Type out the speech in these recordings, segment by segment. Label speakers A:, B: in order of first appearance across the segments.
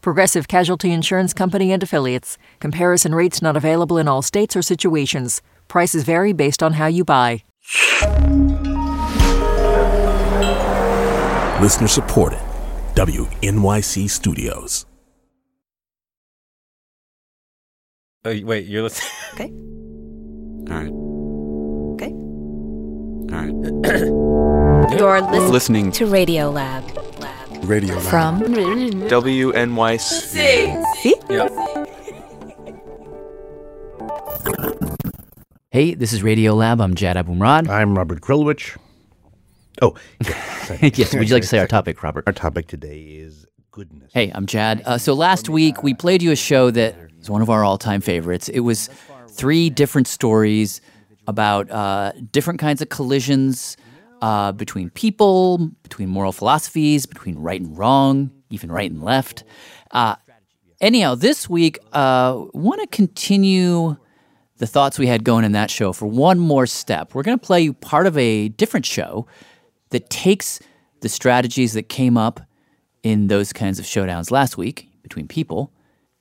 A: Progressive Casualty Insurance Company and affiliates. Comparison rates not available in all states or situations. Prices vary based on how you buy.
B: Listener supported. WNYC Studios.
C: Oh, y- wait, you're listening.
D: Okay.
E: All right.
D: Okay.
E: All
D: You're
E: right.
D: listening,
E: Listening
D: to Radio Lab.
F: Radio
A: From
E: WNYC.
D: See?
G: Hey, this is Radio Lab. I'm Jad Abumrad.
F: I'm Robert Krulwich. Oh,
G: yes, would you like to say our topic, Robert?
F: our topic today is goodness.
G: Hey, I'm Jad. Uh, so last week we played you a show that is one of our all-time favorites. It was three different stories about uh, different kinds of collisions uh, between people, between moral philosophies, between right and wrong, even right and left. Uh, anyhow, this week uh, want to continue the thoughts we had going in that show for one more step. We're going to play you part of a different show that takes the strategies that came up in those kinds of showdowns last week between people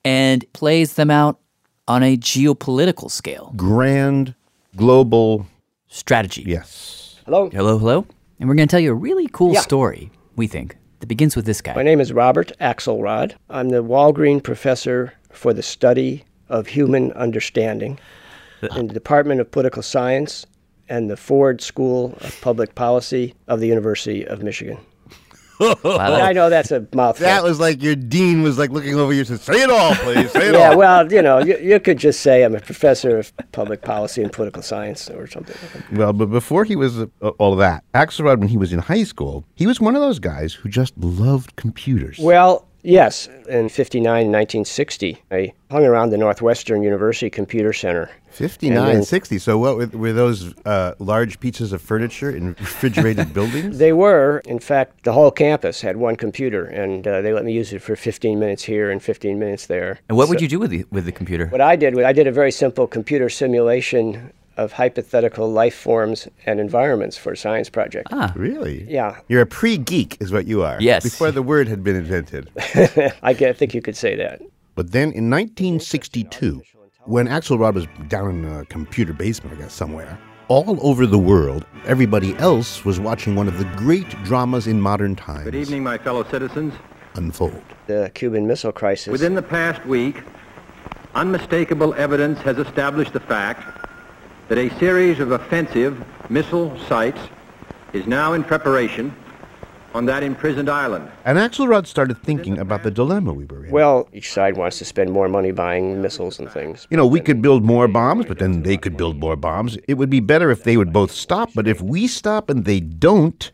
G: and plays them out on a geopolitical scale.
F: Grand global.
G: Strategy.
F: Yes.
G: Hello, hello. And we're going to tell you a really cool story, we think, that begins with this guy.
H: My name is Robert Axelrod. I'm the Walgreen Professor for the Study of Human Understanding in the Department of Political Science and the Ford School of Public Policy of the University of Michigan.
G: Wow,
H: But I know that's a mouthful.
F: That was like your dean was like looking over you and said, "Say it all, please. Say it
H: yeah,
F: all."
H: well, you know, you, you could just say I'm a professor of public policy and political science or something.
F: Well, but before he was uh, all of that, Axelrod, when he was in high school, he was one of those guys who just loved computers.
H: Well, yes. In 59, 1960, I hung around the Northwestern University Computer Center.
F: 59,
H: And then-
F: 60. So what were, were those uh, large pieces of furniture in refrigerated buildings?
H: They were. In fact, the whole campus had one computer, and uh, they let me use it for 15 minutes here and 15 minutes there.
G: and what would you do with the, with the computer?
H: What I did was I did a very simple computer simulation of hypothetical life forms and environments for a science project.
F: Ah. Really?
H: Uh, Yeah.
F: You're a pre-geek is what you are.
G: Yes.
F: Before the word had been invented.
H: I, g- I think you could say that.
F: But then in 1962, when Axelrod was down in a computer basement, I guess, somewhere, all over the world, everybody else was watching one of the great dramas in modern times
I: Good evening, my fellow citizens.
F: unfold.
H: The Cuban Missile Crisis.
I: Within the past week, unmistakable evidence has established the fact that a series of offensive missile sites is now in preparation on that imprisoned island.
F: And Axelrod started thinking about the dilemma we were in.
H: well, each side wants to spend more money buying missiles and things.
F: you know, we could build more bombs, but then they could build more bombs. It would be better if they would both stop, but if we stop and they don't,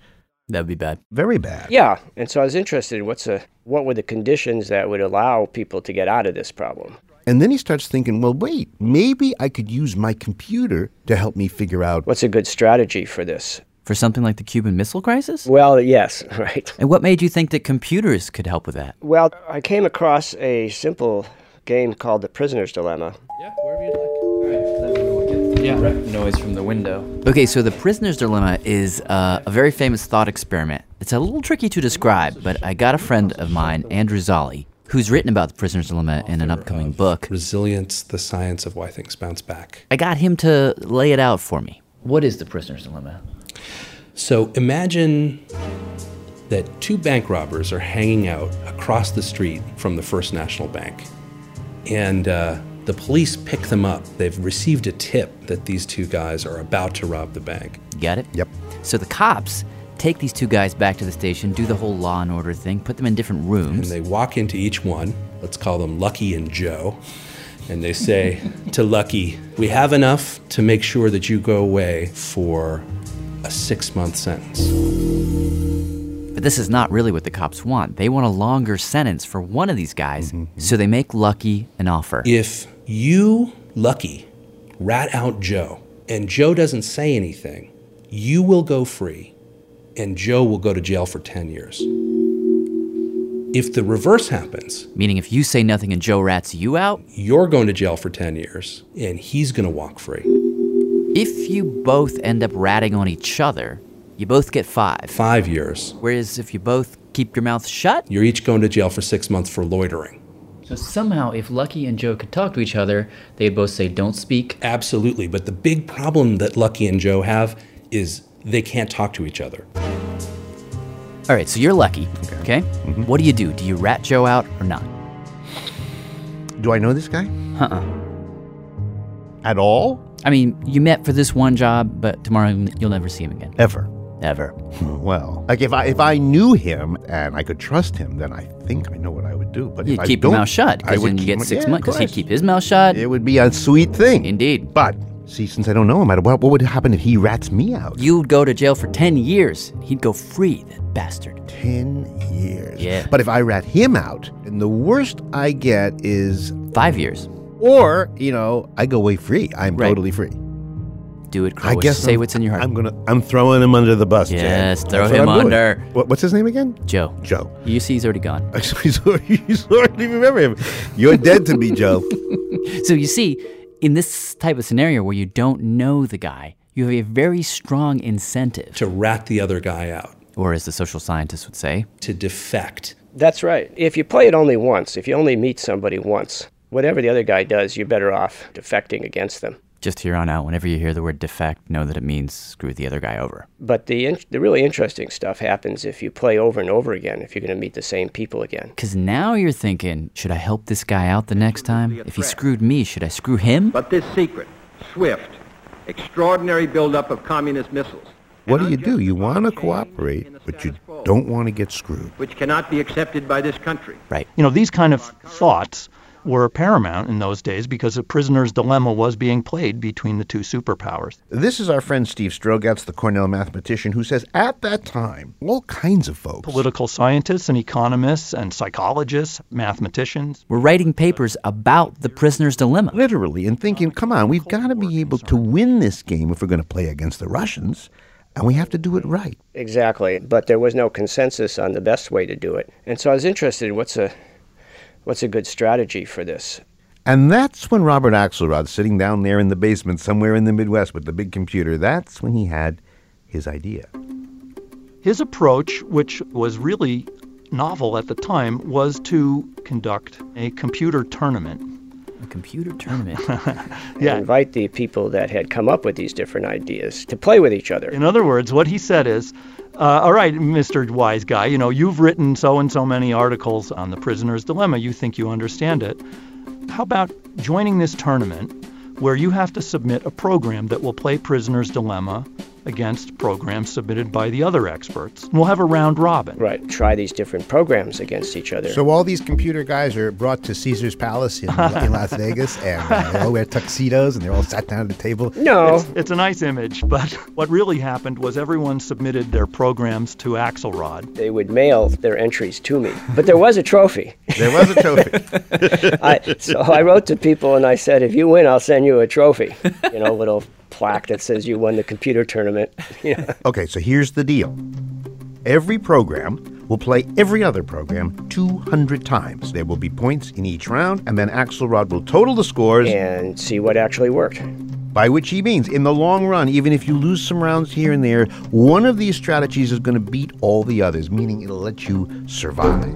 G: That would be bad.
F: very bad.
H: Yeah, and so I was interested in what's a, what were the conditions that would allow people to get out of this problem.
F: And then he starts thinking, well, wait, maybe I could use my computer to help me figure out
H: What's a good strategy for this?
G: For something like the Cuban Missile Crisis?
H: Well, yes, right.
G: And what made you think that computers could help with that?
H: Well, I came across a simple game called The Prisoner's Dilemma.
J: noise from the window.
G: Okay, so the prisoner's dilemma is uh, a very famous thought experiment. It's a little tricky to describe, but I got a friend of mine, Andrew Zolli, who's written about the prisoner's dilemma in an upcoming book.
J: Resilience, the science of why things bounce back.
G: I got him to lay it out for me. What is the prisoner's dilemma?
J: So imagine that two bank robbers are hanging out across the street from the First National Bank. And uh, the police pick them up. They've received a tip that these two guys are about to rob the bank.
G: You got it?
F: Yep.
G: So the cops take these two guys back to the station, do the whole law and order thing, put them in different
J: And
G: rooms.
J: they walk into each one. Let's call them Lucky and Joe. And they say to Lucky, We have enough to make sure that you go away for a six month sentence.
G: But this is not really what the cops want. They want a longer sentence for one of these guys, so they make Lucky an offer.
J: If
B: You, Lucky, rat out Joe, and Joe doesn't say anything. You will go free, and Joe will go to jail for 10 years. If the reverse happens,
G: meaning if you say nothing and Joe rats you out,
B: you're going to jail for 10 years, and he's going to walk free.
G: if you both end up ratting on each other, you both get five.
B: Five years.
G: Whereas if you both keep your mouth shut,
B: You're each going to jail for six months for loitering.
G: so somehow if Lucky and Joe could talk to each other, they'd both say, "Don't speak."
B: Absolutely. But the big problem that Lucky and Joe have is they can't talk to each other.
G: All right, so you're Lucky. Okay.
F: Mm-hmm.
G: What do you do? Do you rat Joe out or not?
F: Do I know this guy? Uh
G: Uh-uh.
F: At all?
G: I mean, you met for this one job, but tomorrow you'll never see him again.
F: Ever.
G: Ever.
F: Well, like if I if I knew him and I could trust him, then I think I know what I would do. But if
G: You'd
F: I
G: keep your
F: don't,
G: mouth shut
F: I
G: because
F: would
G: then you
F: keep
G: get
F: my-
G: six
F: yeah,
G: months. Because he'd
F: correct.
G: keep his mouth shut.
F: It would be a sweet thing.
G: Indeed.
F: But see, since I don't know him, I don't, what, what would happen if he rats me out?
G: You'd go to jail for 10 years. He'd go free, that bastard.
F: Ten years.
G: Yeah.
F: But if I rat him out, and the worst I get is,
G: Five years.
F: or you know, I go away free. I'm
G: Right.
F: totally free.
G: Do it,
F: I
G: Crow.
F: guess
G: Say
F: I'm-
G: what's in your heart.
F: I'm gonna. I'm throwing him under the bus. Jan.
G: Yes, throw
F: That's what
G: him
F: I'm doing.
G: under.
F: What, what's his name again?
G: Joe.
F: Joe.
G: You see, he's already gone.
F: Actually, you hardly remember him. You're dead to me, Joe.
G: So you see, in this type of scenario where you don't know the guy, you have a very strong incentive,
B: to rat the other guy out,
G: or as the social scientist would say,
B: to defect.
H: That's right. If you play it only once, if you only meet somebody once, whatever the other guy does, you're better off defecting against them.
G: just here on out, whenever you hear the word defect, know that it means screw the other guy over.
H: But the, in- the really interesting stuff happens if you play over and over again, if you're going to meet the same people again.
G: Because now you're thinking, should I help this guy out the next time? If he screwed me, should I screw him?
K: But this secret, swift, extraordinary buildup of communist missiles,
F: What do you do? You want to cooperate, but you don't want to get screwed.
K: which cannot be accepted by this country.
G: Right.
E: You know, these kind of thoughts were paramount in those days because a prisoner's dilemma was being played between the two superpowers.
F: This is our friend Steve Strogatz, the Cornell mathematician, who says at that time, all kinds of folks.
E: Political scientists and economists and psychologists, mathematicians.
G: We're writing papers about the prisoner's dilemma.
F: literally and thinking, come on, we've got to be able to win this game if we're going to play against the Russians, and we have to do it right.
H: Exactly. But there was no consensus on the best way to do it. And so I was interested in what's a, what's a good strategy for this.
F: And that's when Robert Axelrod, sitting down there in the basement somewhere in the Midwest with the big computer, that's when he had his idea.
E: His approach, which was really novel at the time, was to conduct a computer tournament.
G: A computer tournament.
E: Yeah.
H: Invite the people that had come up with these different ideas to play with each other.
E: In other words, what he said is, uh, all right, Mr. Wise Guy, you know, you've written so and so many articles on the prisoner's dilemma. You think you understand it. How about joining this tournament where you have to submit a program that will play prisoner's dilemma against programs submitted by the other experts? We'll have a round robin.
H: Right. Try these different programs against each other.
L: So all these computer guys are brought to Caesar's Palace in, in Las Vegas, and uh, they all wear tuxedos, and they're all sat down at a table.
H: no.
E: It's, it's a nice image, but what really happened was everyone submitted their programs to Axelrod.
H: they would mail their entries to me. But there was a trophy.
F: There was a trophy.
H: I, so I wrote to people and I said, if you win, I'll send you a trophy. You know, a little plaque that says you won the computer tournament. You know,
F: Okay, so here's the deal. Every program will play every other program 200 times. There will be points in each round, and then Axelrod will total the scores,
H: and see what actually worked.
F: by which he means, in the long run, even if you lose some rounds here and there, one of these strategies is going to beat all the others, meaning it'll let you survive.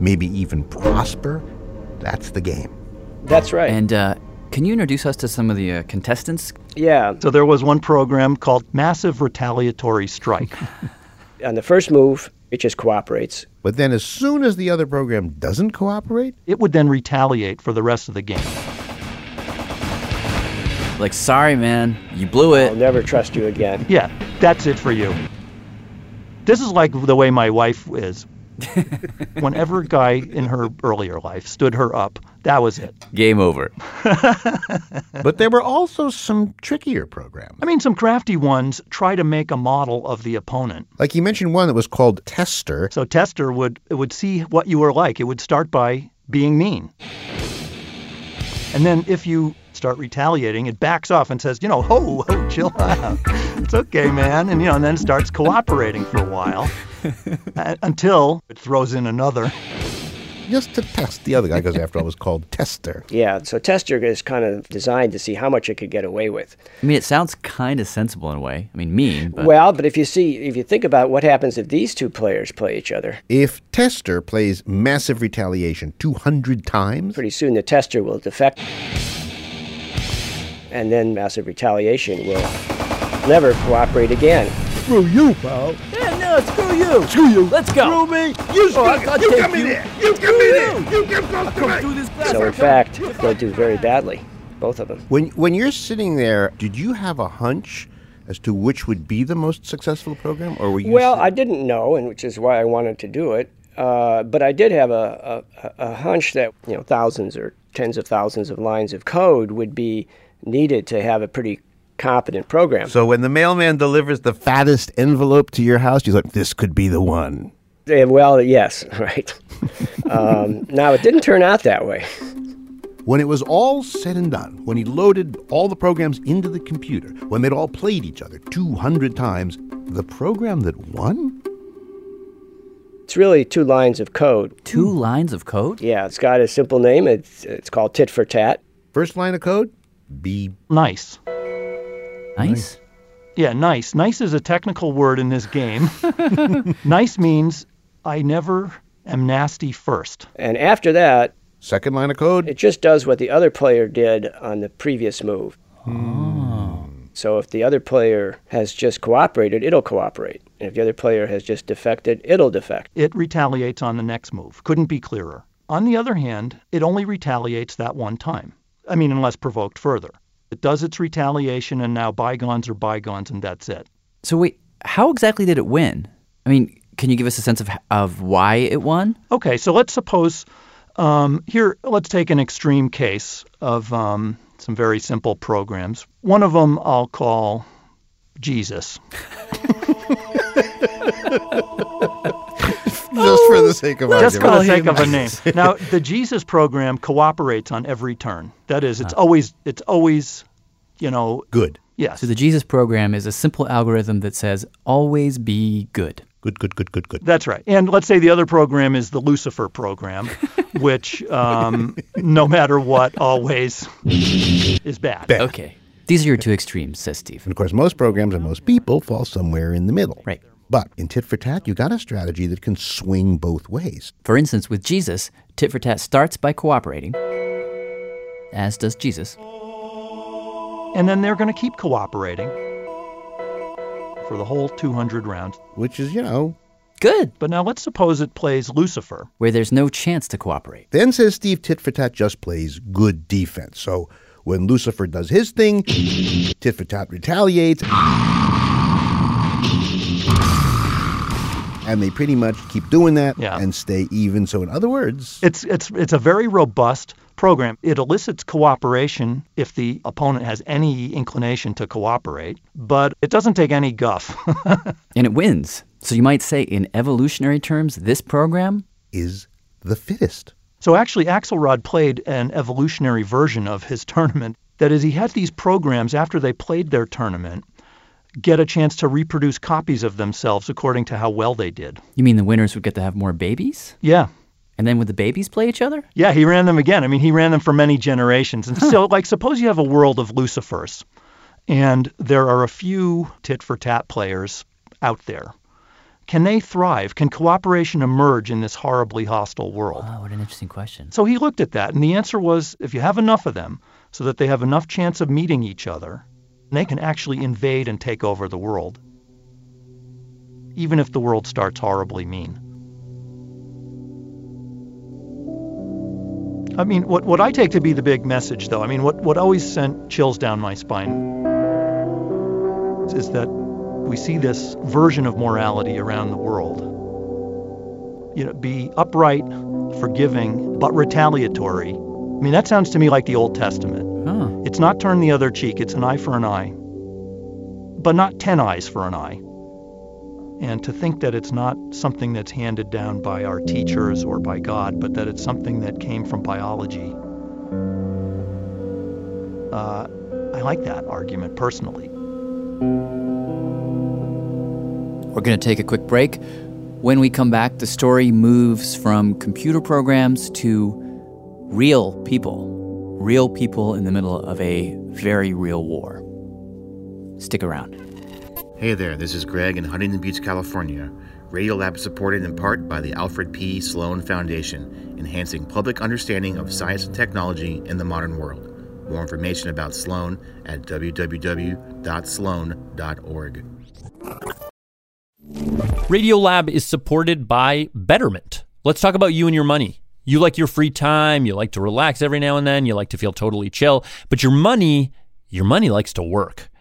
F: Maybe even prosper. That's the game.
H: That's right.
G: and uh, can you introduce us to some of the uh, contestants?
H: yeah.
E: So there was one program called Massive Retaliatory Strike.
H: On the first move, it just cooperates.
F: But then, as soon as the other program doesn't cooperate,
E: it would then retaliate for the rest of the game.
G: Like, sorry, man, you blew
H: I'll
G: it.
H: never trust you again.
E: Yeah, that's it for you. This is like the way my wife is. Whenever a guy in her earlier life stood her up, that was it.
G: Game over.
F: but there were also some trickier programs.
E: I mean, some crafty ones try to make a model of the opponent.
F: Like you mentioned one that was called Tester.
E: So Tester would it would see what you were like. It would start by being mean.
H: And then if you start retaliating, it backs off and says, you know, ho, ho chill out. It's okay, man. And, you know, and then starts cooperating for a while uh, until it throws in another.
F: Just to test. The other guy goes after I was called Tester.
M: Yeah, so Tester is kind of designed to see how much it could get away with.
N: I mean, it sounds kind of sensible in a way. I mean, mean. But.
M: Well, but if you see, if you think about what happens if these two players play each other,
F: If Tester plays massive retaliation 200 times,
M: pretty soon the Tester will defect, and then massive retaliation will never cooperate again.
B: Screw you, pal.
N: Yeah, no, screw you. Screw you. Let's go. Oh,
B: Screw me. You screw
N: I- I'll
B: You
N: take
B: come in
N: you.
B: here. You come in here. You come close to me.
M: So in fact, they'll do very badly, both of them.
F: When when you're sitting there, did you have a hunch as to which would be the most successful program, or were you?
M: Well, I didn't know, and which is why I wanted to do it. Uh, but I did have a, a, a hunch that you know thousands or tens of thousands of lines of code would be needed to have a pretty competent program.
F: so when the mailman delivers the fattest envelope to your house, you're like, this could be the one.
M: Eh, well, yes, right. um, now it didn't turn out that way.
F: When it was all said and done, when he loaded all the programs into the computer, when they'd all played each other 200 times, the program that won?
M: It's really two lines of code.
G: Two lines of code?
M: Yeah, it's got a simple name. It's, it's called tit for tat.
F: First line of code, B.
H: Nice.
G: Nice?
H: Yeah, nice. Nice is a technical word in this game. nice means I never am nasty first.
M: And after that,
F: second line of code,
M: it just does what the other player did on the previous move. So if the other player has just cooperated, it'll cooperate. And if the other player has just defected, it'll defect.
H: It retaliates on the next move. Couldn't be clearer. On the other hand, it only retaliates that one time. I mean, unless provoked further. It does its retaliation, and now bygones are bygones, and that's it.
G: So wait, how exactly did it win? I mean, can you give us a sense of of why it won?
H: Okay, so let's suppose um, here, let's take an extreme case of um, some very simple programs. One of them I'll call Jesus.
F: Just for the sake of
H: Just for the
F: argument.
H: sake of a name. Now, the Jesus program cooperates on every turn. That is, it's always, it's always, you know,
F: good.
H: Yes.
G: So the Jesus program is a simple algorithm that says always be good.
F: Good, good, good, good, good.
H: That's right. And let's say the other program is the Lucifer program, which um, no matter what always is bad.
G: Okay. These are your two extremes, says Steve.
F: And of course, most programs and most people fall somewhere in the middle.
G: Right.
F: But in tit for tat, you got a strategy that can swing both ways.
G: For instance, with Jesus, tit for tat starts by cooperating, as does Jesus.
H: And then they're going to keep cooperating for the whole 200 rounds.
F: Which is, you know,
G: good.
H: But now let's suppose it plays Lucifer.
G: Where there's no chance to cooperate.
F: Then says Steve, tit for tat just plays good defense. So when Lucifer does his thing, tit for tat retaliates. And they pretty much keep doing that
H: Yeah.
F: and stay even. So, in other words,
H: It's, it's, it's a very robust program. It elicits cooperation if the opponent has any inclination to cooperate, but it doesn't take any guff.
G: And it wins. So you might say, in evolutionary terms, this program
F: is the fittest.
H: So actually, Axelrod played an evolutionary version of his tournament. That is, he had these programs after they played their tournament get a chance to reproduce copies of themselves according to how well they did.
G: You mean the winners would get to have more babies?
H: Yeah.
G: And then would the babies play each other?
H: Yeah, he ran them again. I mean, he ran them for many generations. And so, like, suppose you have a world of Lucifers, and there are a few tit for tat players out there. Can they thrive? Can cooperation emerge in this horribly hostile
O: Oh,
H: world?
G: Wow, what an interesting question.
H: So he looked at that, and the answer was if you have enough of them so that they have enough chance of meeting each other, they can actually invade and take over the world, even if the world starts horribly mean. I mean, what, what I take to be the big message, though, I mean, what, what always sent chills down my spine is that we see this version of morality around the world. You know, be upright, forgiving, but retaliatory. I mean, that sounds to me like the Old Testament.
G: Huh.
H: It's not turn the other cheek, it's an eye for an eye, but not ten eyes for an eye. And to think that it's not something that's handed down by our teachers or by God, but that it's something that came from biology
P: Uh, I like that argument personally.
O: We're going to take a quick break. When we come back, the story moves from computer programs to real people. Real people in the middle of a very real war. Stick around.
Q: Hey there, this is Greg in Huntington Beach, California. Radiolab is supported in part by the Alfred P. Sloan Foundation, enhancing public understanding of science and technology in the modern world. More information about Sloan at www.sloan.org.
R: Radiolab is supported by Betterment. Let's talk about you and your money. You like your free time, you like to relax every now and then, you like to feel totally chill, but your money, your money likes to work.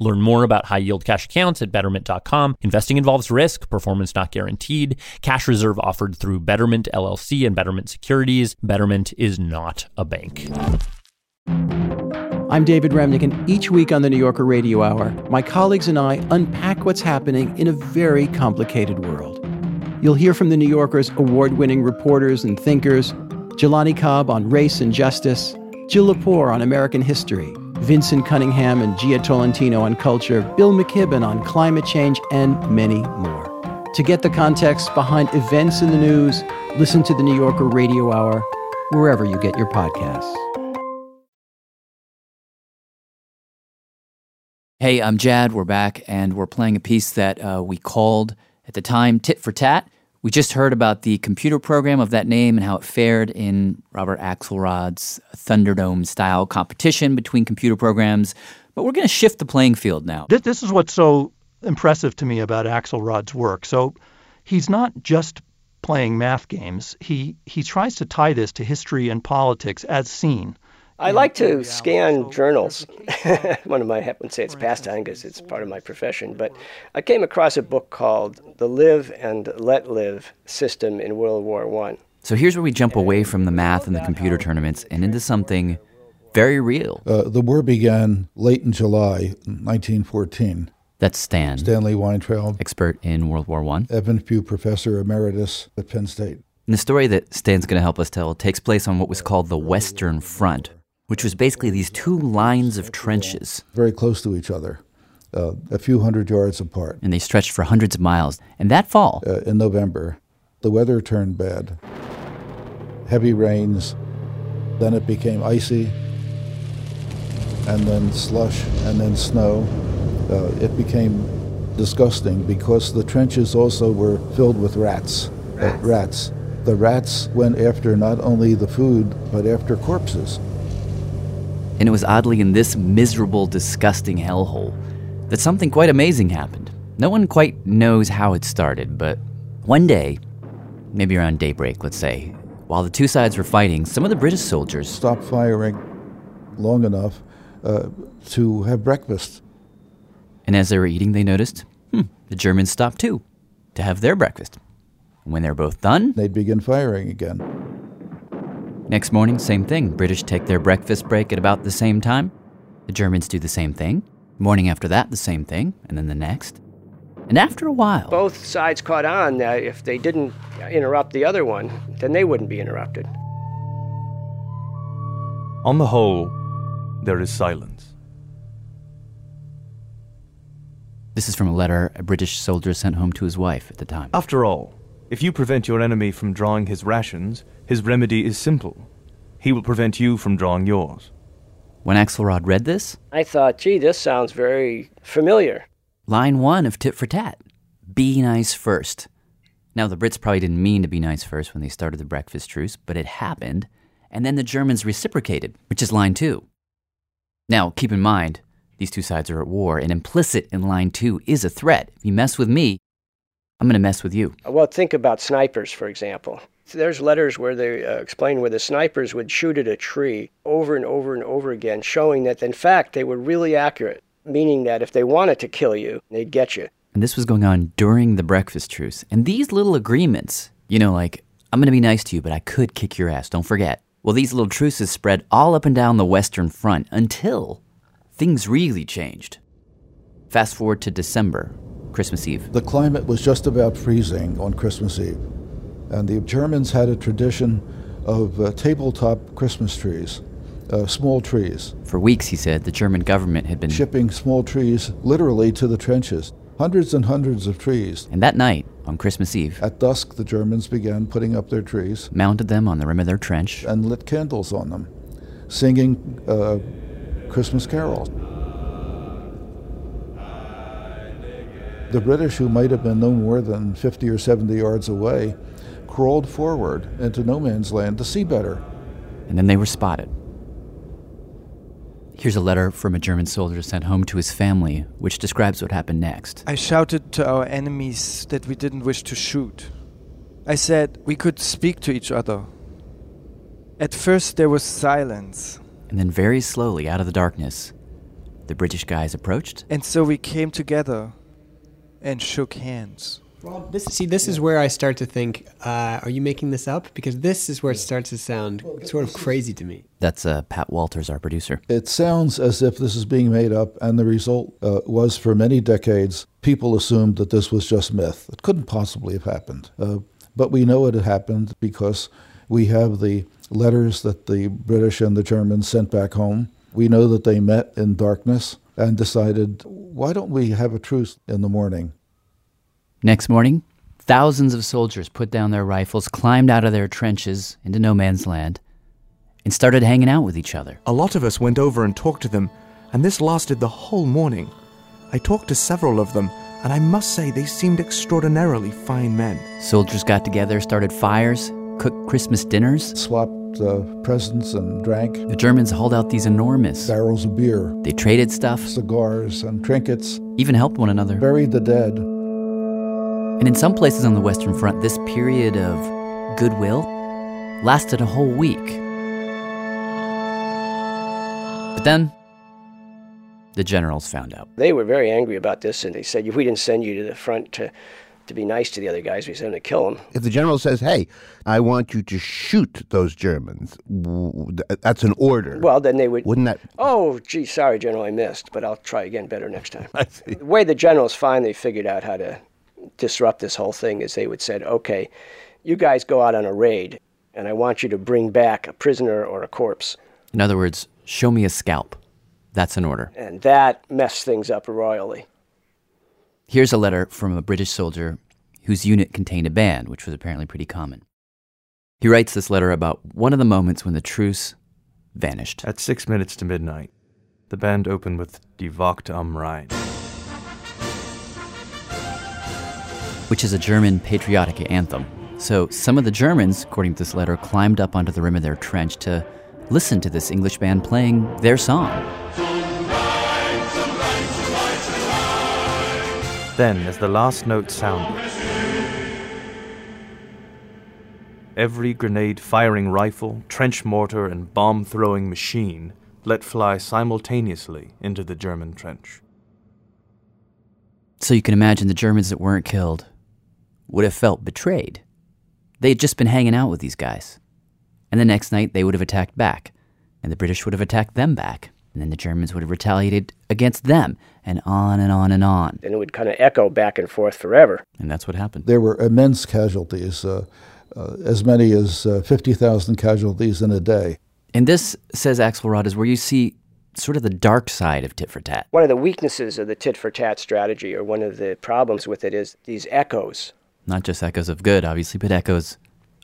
R: Learn more about high yield cash accounts at betterment.com. Investing involves risk, performance not guaranteed, cash reserve offered through Betterment LLC and Betterment Securities. Betterment is not a bank.
S: I'm David Remnick, and each week on the New Yorker Radio Hour, my colleagues and I unpack what's happening in a very complicated world. You'll hear from the New Yorker's award winning reporters and thinkers Jelani Cobb on race and justice, Jill Lepore on American history, Vincent Cunningham and Gia Tolentino on culture, Bill McKibben on climate change, and many more. To get the context behind events in the news, listen to the New Yorker Radio Hour wherever you get your podcasts.
O: Hey, I'm Jad. We're back, and we're playing a piece that uh, we called at the time Tit for Tat. We just heard about the computer program of that name and how it fared in Robert Axelrod's Thunderdome style competition between computer programs. But we're going to shift the playing field now.
P: This, this is what's so impressive to me about Axelrod's work. So he's not just playing math games. He he tries to tie this to history and politics as seen.
H: I like to scan journals. One of my, I wouldn't say it's pastime because it's part of my profession, but I came across a book called The Live and Let Live System in World War One.
G: So here's where we jump away from the math and the computer tournaments and into something very real.
F: Uh, the war began late in July 1914.
G: That's Stan,
F: Stanley Weintraub,
G: expert in World War One,
F: Evan Pugh Professor Emeritus at Penn State.
G: And the story that Stan's going to help us tell takes place on what was called the Western Front, which was basically these two lines of trenches.
F: Very close to each other, uh, a few hundred yards apart.
G: And they stretched for hundreds of miles. And that fall,
F: Uh, in November, the weather turned bad. Heavy rains, then it became icy, and then slush, and then snow. Uh, it became disgusting because the trenches also were filled with rats. Uh, rats. The rats went after not only the food, but after corpses.
G: and it was oddly in this miserable, disgusting hellhole that something quite amazing happened. No one quite knows how it started, but one day, maybe around daybreak, let's say, while the two sides were fighting, some of the British soldiers
F: stopped firing long enough uh, to have breakfast.
G: And as they were eating, they noticed hmm, the Germans stopped too to have their breakfast. And when they were both done,
F: they'd begin firing again.
G: Next morning, same thing. British take their breakfast break at about the same time. The Germans do the same thing. Morning after that, the same thing, and then the next. And after a while,
H: Both sides caught on that if they didn't interrupt the other one, then they wouldn't be interrupted.
E: On the whole, there is silence.
G: this is from a letter a British soldier sent home to his wife at the time.
E: After all, if you prevent your enemy from drawing his rations, his remedy is simple. He will prevent you from drawing yours.
G: When Axelrod read this,
H: I thought, gee, this sounds very familiar.
G: line one of Tit for Tat be nice first. Now, the Brits probably didn't mean to be nice first when they started the breakfast truce, but it happened, and then the Germans reciprocated, which is line two. Now, keep in mind, these two sides are at war, and implicit in line two is a threat. If you mess with me, I'm going to mess with you.
H: Well, think about snipers, for example. There's letters where they uh, explain where the snipers would shoot at a tree over and over and over again, showing that, in fact, they were really accurate. meaning that if they wanted to kill you, they'd get you.
G: And this was going on during the breakfast truce. And these little agreements, you know, like, I'm going to be nice to you, but I could kick your ass, don't forget. Well, these little truces spread all up and down the Western Front until things really changed. Fast forward to December, Christmas Eve.
D: The climate was just about freezing on Christmas Eve, and the Germans had a tradition of uh, tabletop Christmas trees, uh, small trees.
G: For weeks, he said, the German government had been
D: shipping small trees literally to the trenches, hundreds and hundreds of trees.
G: And that night, on Christmas Eve,
D: at dusk, the Germans began putting up their trees,
G: mounted them on the rim of their trench,
D: and lit candles on them, singing uh, Christmas carols. The British, who might have been no more than 50 or 70 yards away, crawled forward into no man's land to see better.
G: And then they were spotted. Here's a letter from a German soldier sent home to his family, which describes what happened next.
T: I shouted to our enemies that we didn't wish to shoot. I said we could speak to each other. At first, there was silence,
G: And then, very slowly, out of the darkness, the British guys approached.
T: and so we came together and shook hands.
U: Well, this see, this is where I start to think: uh, Are you making this up? Because this is where it starts to sound sort of crazy to me.
G: That's uh, Pat Walters, our producer.
D: It sounds as if this is being made up, and the result uh, was for many decades, people assumed that this was just myth. It couldn't possibly have happened. Uh, but we know it had happened because we have the letters that the British and the Germans sent back home. We know that they met in darkness and decided, why don't we have a truce in the morning?
G: Next morning, thousands of soldiers put down their rifles, climbed out of their trenches into no man's land, and started hanging out with each other.
V: A lot of us went over and talked to them, and this lasted the whole morning. I talked to several of them, and I must say they seemed extraordinarily fine men.
G: Soldiers got together, started fires, cooked Christmas dinners.
D: Swapped uh, presents and drank.
G: The Germans hauled out these enormous
D: barrels of beer.
G: They traded stuff,
D: cigars, and trinkets.
G: Even helped one another.
D: Buried the dead.
G: And in some places on the Western Front, this period of goodwill lasted a whole week. But then, the generals found out.
H: They were very angry about this, and they said, if we didn't send you to the front to, to be nice to the other guys, we sent them to kill them.
F: If the general says, "Hey, I want you to shoot those Germans," w- th- that's an order.
H: Well, then they would.
F: Wouldn't that?
H: Oh, gee, sorry, General, I missed, but I'll try again better next time. The way the generals finally figured out how to disrupt this whole thing is they would said, okay, you guys go out on a raid, and I want you to bring back a prisoner or a corpse.
G: In other words, show me a scalp. That's an order.
H: And that messed things up royally.
G: Here's a letter from a British soldier whose unit contained a band, which was apparently pretty common. He writes this letter about one of the moments when the truce vanished.
W: At six minutes to midnight, the band opened with Die Wacht am Rhein.
G: which is a German patriotic anthem. So some of the Germans, according to this letter, climbed up onto the rim of their trench to listen to this English band playing their song.
W: Then, as the last note sounded, every grenade firing rifle, trench mortar, and bomb throwing machine let fly simultaneously into the German trench.
G: So you can imagine the Germans that weren't killed would have felt betrayed. They had just been hanging out with these guys. And the next night they would have attacked back, and the British would have attacked them back, and then the Germans would have retaliated against them, and on and on and on.
H: And it would kind of echo back and forth forever.
G: And that's what happened.
D: There were immense casualties, uh, uh, as many as uh, 50,000 casualties in a day.
G: And this, says Axelrod, is where you see sort of the dark side of tit for tat.
H: One of the weaknesses of the tit for tat strategy, or one of the problems with it, is these echoes
G: Not just echoes of good, obviously, but echoes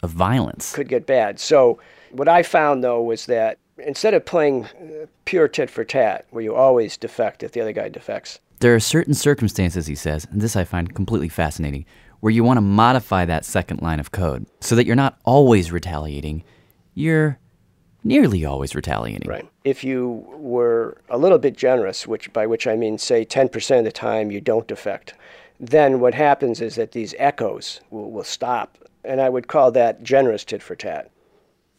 G: of violence.
H: could get bad. So, what I found though was that instead of playing uh, pure tit for tat, where you always defect if the other guy defects,
G: There are certain circumstances, he says, and this I find completely fascinating, where you want to modify that second line of code so that you're not always retaliating, you're nearly always retaliating. Right.
H: if you were a little bit generous, which by which I mean say 10% of the time you don't defect, then what happens is that these echoes will, will stop. And I would call that generous tit for tat.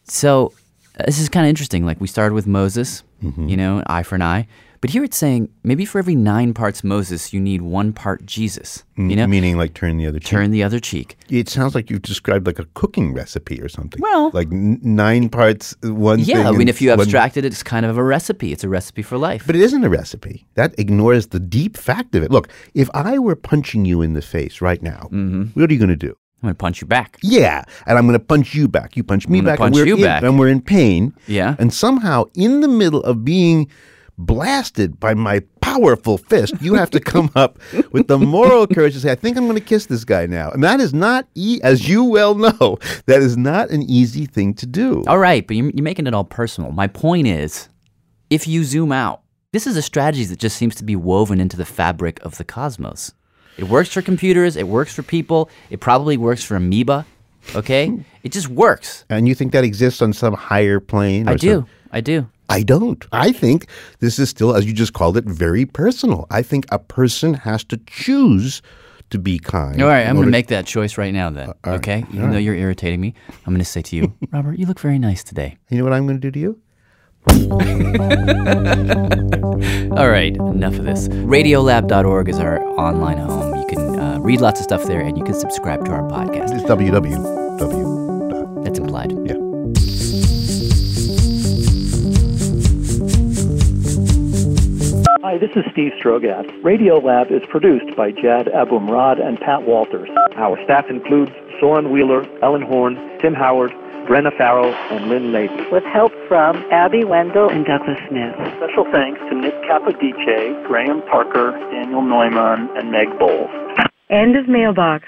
G: So uh, this is kind of interesting. Like we started with Moses, you know, eye for an eye, But here it's saying maybe for every nine parts Moses, you need one part Jesus. You know,
F: meaning like turn the other cheek. turn
G: the other cheek.
F: It sounds like you've described like a cooking recipe or something. Well, like n- nine parts, one.
G: yeah.
F: thing
G: I mean,
F: and
G: if you
F: one-
G: abstract it, it's kind of a recipe. It's a recipe for life.
F: But it isn't a recipe. That ignores the deep fact of it. Look, if I were punching you in the face right now,
G: Mm-hmm.
F: what are you going to do?
G: I'm going to punch you back.
F: Yeah, and I'm going to punch you back. You punch me
G: I'm gonna
F: back,
G: punch
F: and we're
G: you
F: in,
G: back.
F: and we're in pain.
G: Yeah.
F: and somehow in the middle of being blasted by my powerful fist, you have to come up with the moral courage to say, "I think I'm going to kiss this guy now." And that is not, e- as you well know, that is not an easy thing to do.
G: All right, but you're, you're making it all personal. My point is, if you zoom out, this is a strategy that just seems to be woven into the fabric of the cosmos. It works for computers. It works for people. It probably works for amoeba. Okay, it just works.
F: And you think that exists on some higher plane?
G: I
F: or
G: do.
F: some-
G: I do.
F: I don't. I think this is still, as you just called it, very personal. I think a person has to choose to be kind.
G: All right,
F: in
G: I'm going
F: order-
G: to make that choice right now. Then, okay, even
F: Uh, all right.
G: though you're irritating me, I'm going to say to you, Robert, you look very nice today.
F: You know what I'm going to do to you?
G: All right, enough of this. Radiolab.org is our online home. You can uh, read lots of stuff there, and you can subscribe to our podcast.
F: It's www.
G: That's implied.
F: Yeah.
X: Hi, this is Steve Strogath. Radiolab is produced by Jad Abumrad and Pat Walters. Our staff includes Soren Wheeler, Ellen Horn, Tim Howard, Brenna Farrell, and Lynn Leighton.
C: with help from Abby Wendell and Douglas Smith.
X: Special thanks to Nick Capodice, Graham Parker, Daniel Neumann, and Meg Bowles.
C: End of mailbox.